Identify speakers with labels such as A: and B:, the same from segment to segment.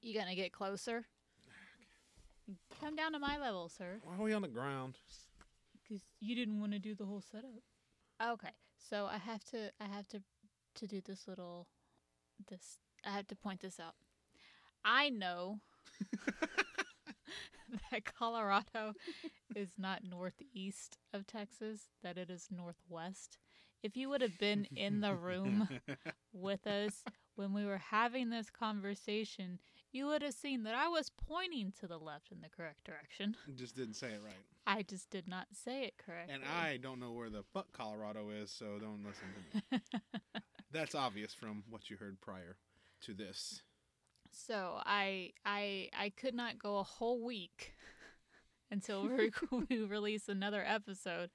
A: You gonna get closer? Come down to my level, sir.
B: Why are we on the ground?
A: Because you didn't want to do the whole setup. Okay, so I have to, I have to, to do this little, this. I have to point this out. I know that Colorado is not northeast of Texas; that it is northwest. If you would have been in the room with us when we were having this conversation, you would have seen that I was pointing to the left in the correct direction.
B: Just didn't say it right.
A: I just did not say it correctly.
B: And I don't know where the fuck Colorado is, so don't listen to me. That's obvious from what you heard prior to this.
A: So I I I could not go a whole week until we, rec- we release another episode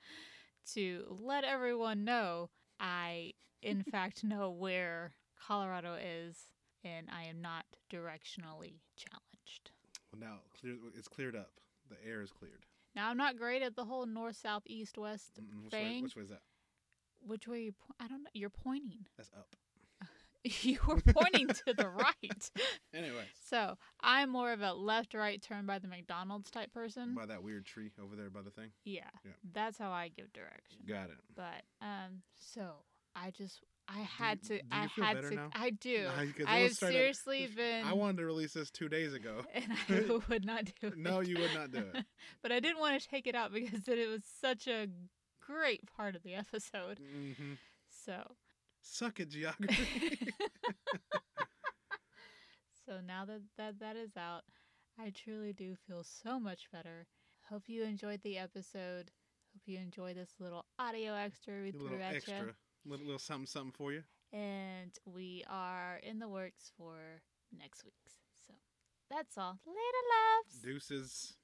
A: to let everyone know I in fact know where Colorado is and I am not directionally challenged.
B: Well, now clear, it's cleared up. The air is cleared.
A: Now I'm not great at the whole north south east west
B: Mm, Which way,
A: thing.
B: which way is that?
A: Which way you po- I don't know. You're pointing.
B: That's up.
A: you were pointing to the right.
B: Anyway,
A: So I'm more of a left right turn by the McDonald's type person.
B: by that weird tree over there by the thing.
A: yeah,
B: Yeah.
A: That's how I give direction.
B: Got it.
A: But um so I just I had
B: you-
A: to
B: do
A: I
B: you feel
A: had
B: better
A: to
B: now?
A: I do.
B: Nah, 'cause it
A: I
B: was
A: have
B: straight up-
A: seriously been
B: I wanted to release this two days ago.
A: and I would not do it.
B: No, you would not do it.
A: But I didn't want to take it out because it was such a great part of the episode.
B: hmm
A: So
B: Suck at geography.
A: So now that, that that is out, I truly do feel so much better. Hope you enjoyed the episode. Hope you enjoy this little audio extra we
B: a
A: threw
B: little
A: at
B: extra,
A: you.
B: little, little something, something for you.
A: And we are in the works for next week's. So that's all. Later, loves.
B: Deuces.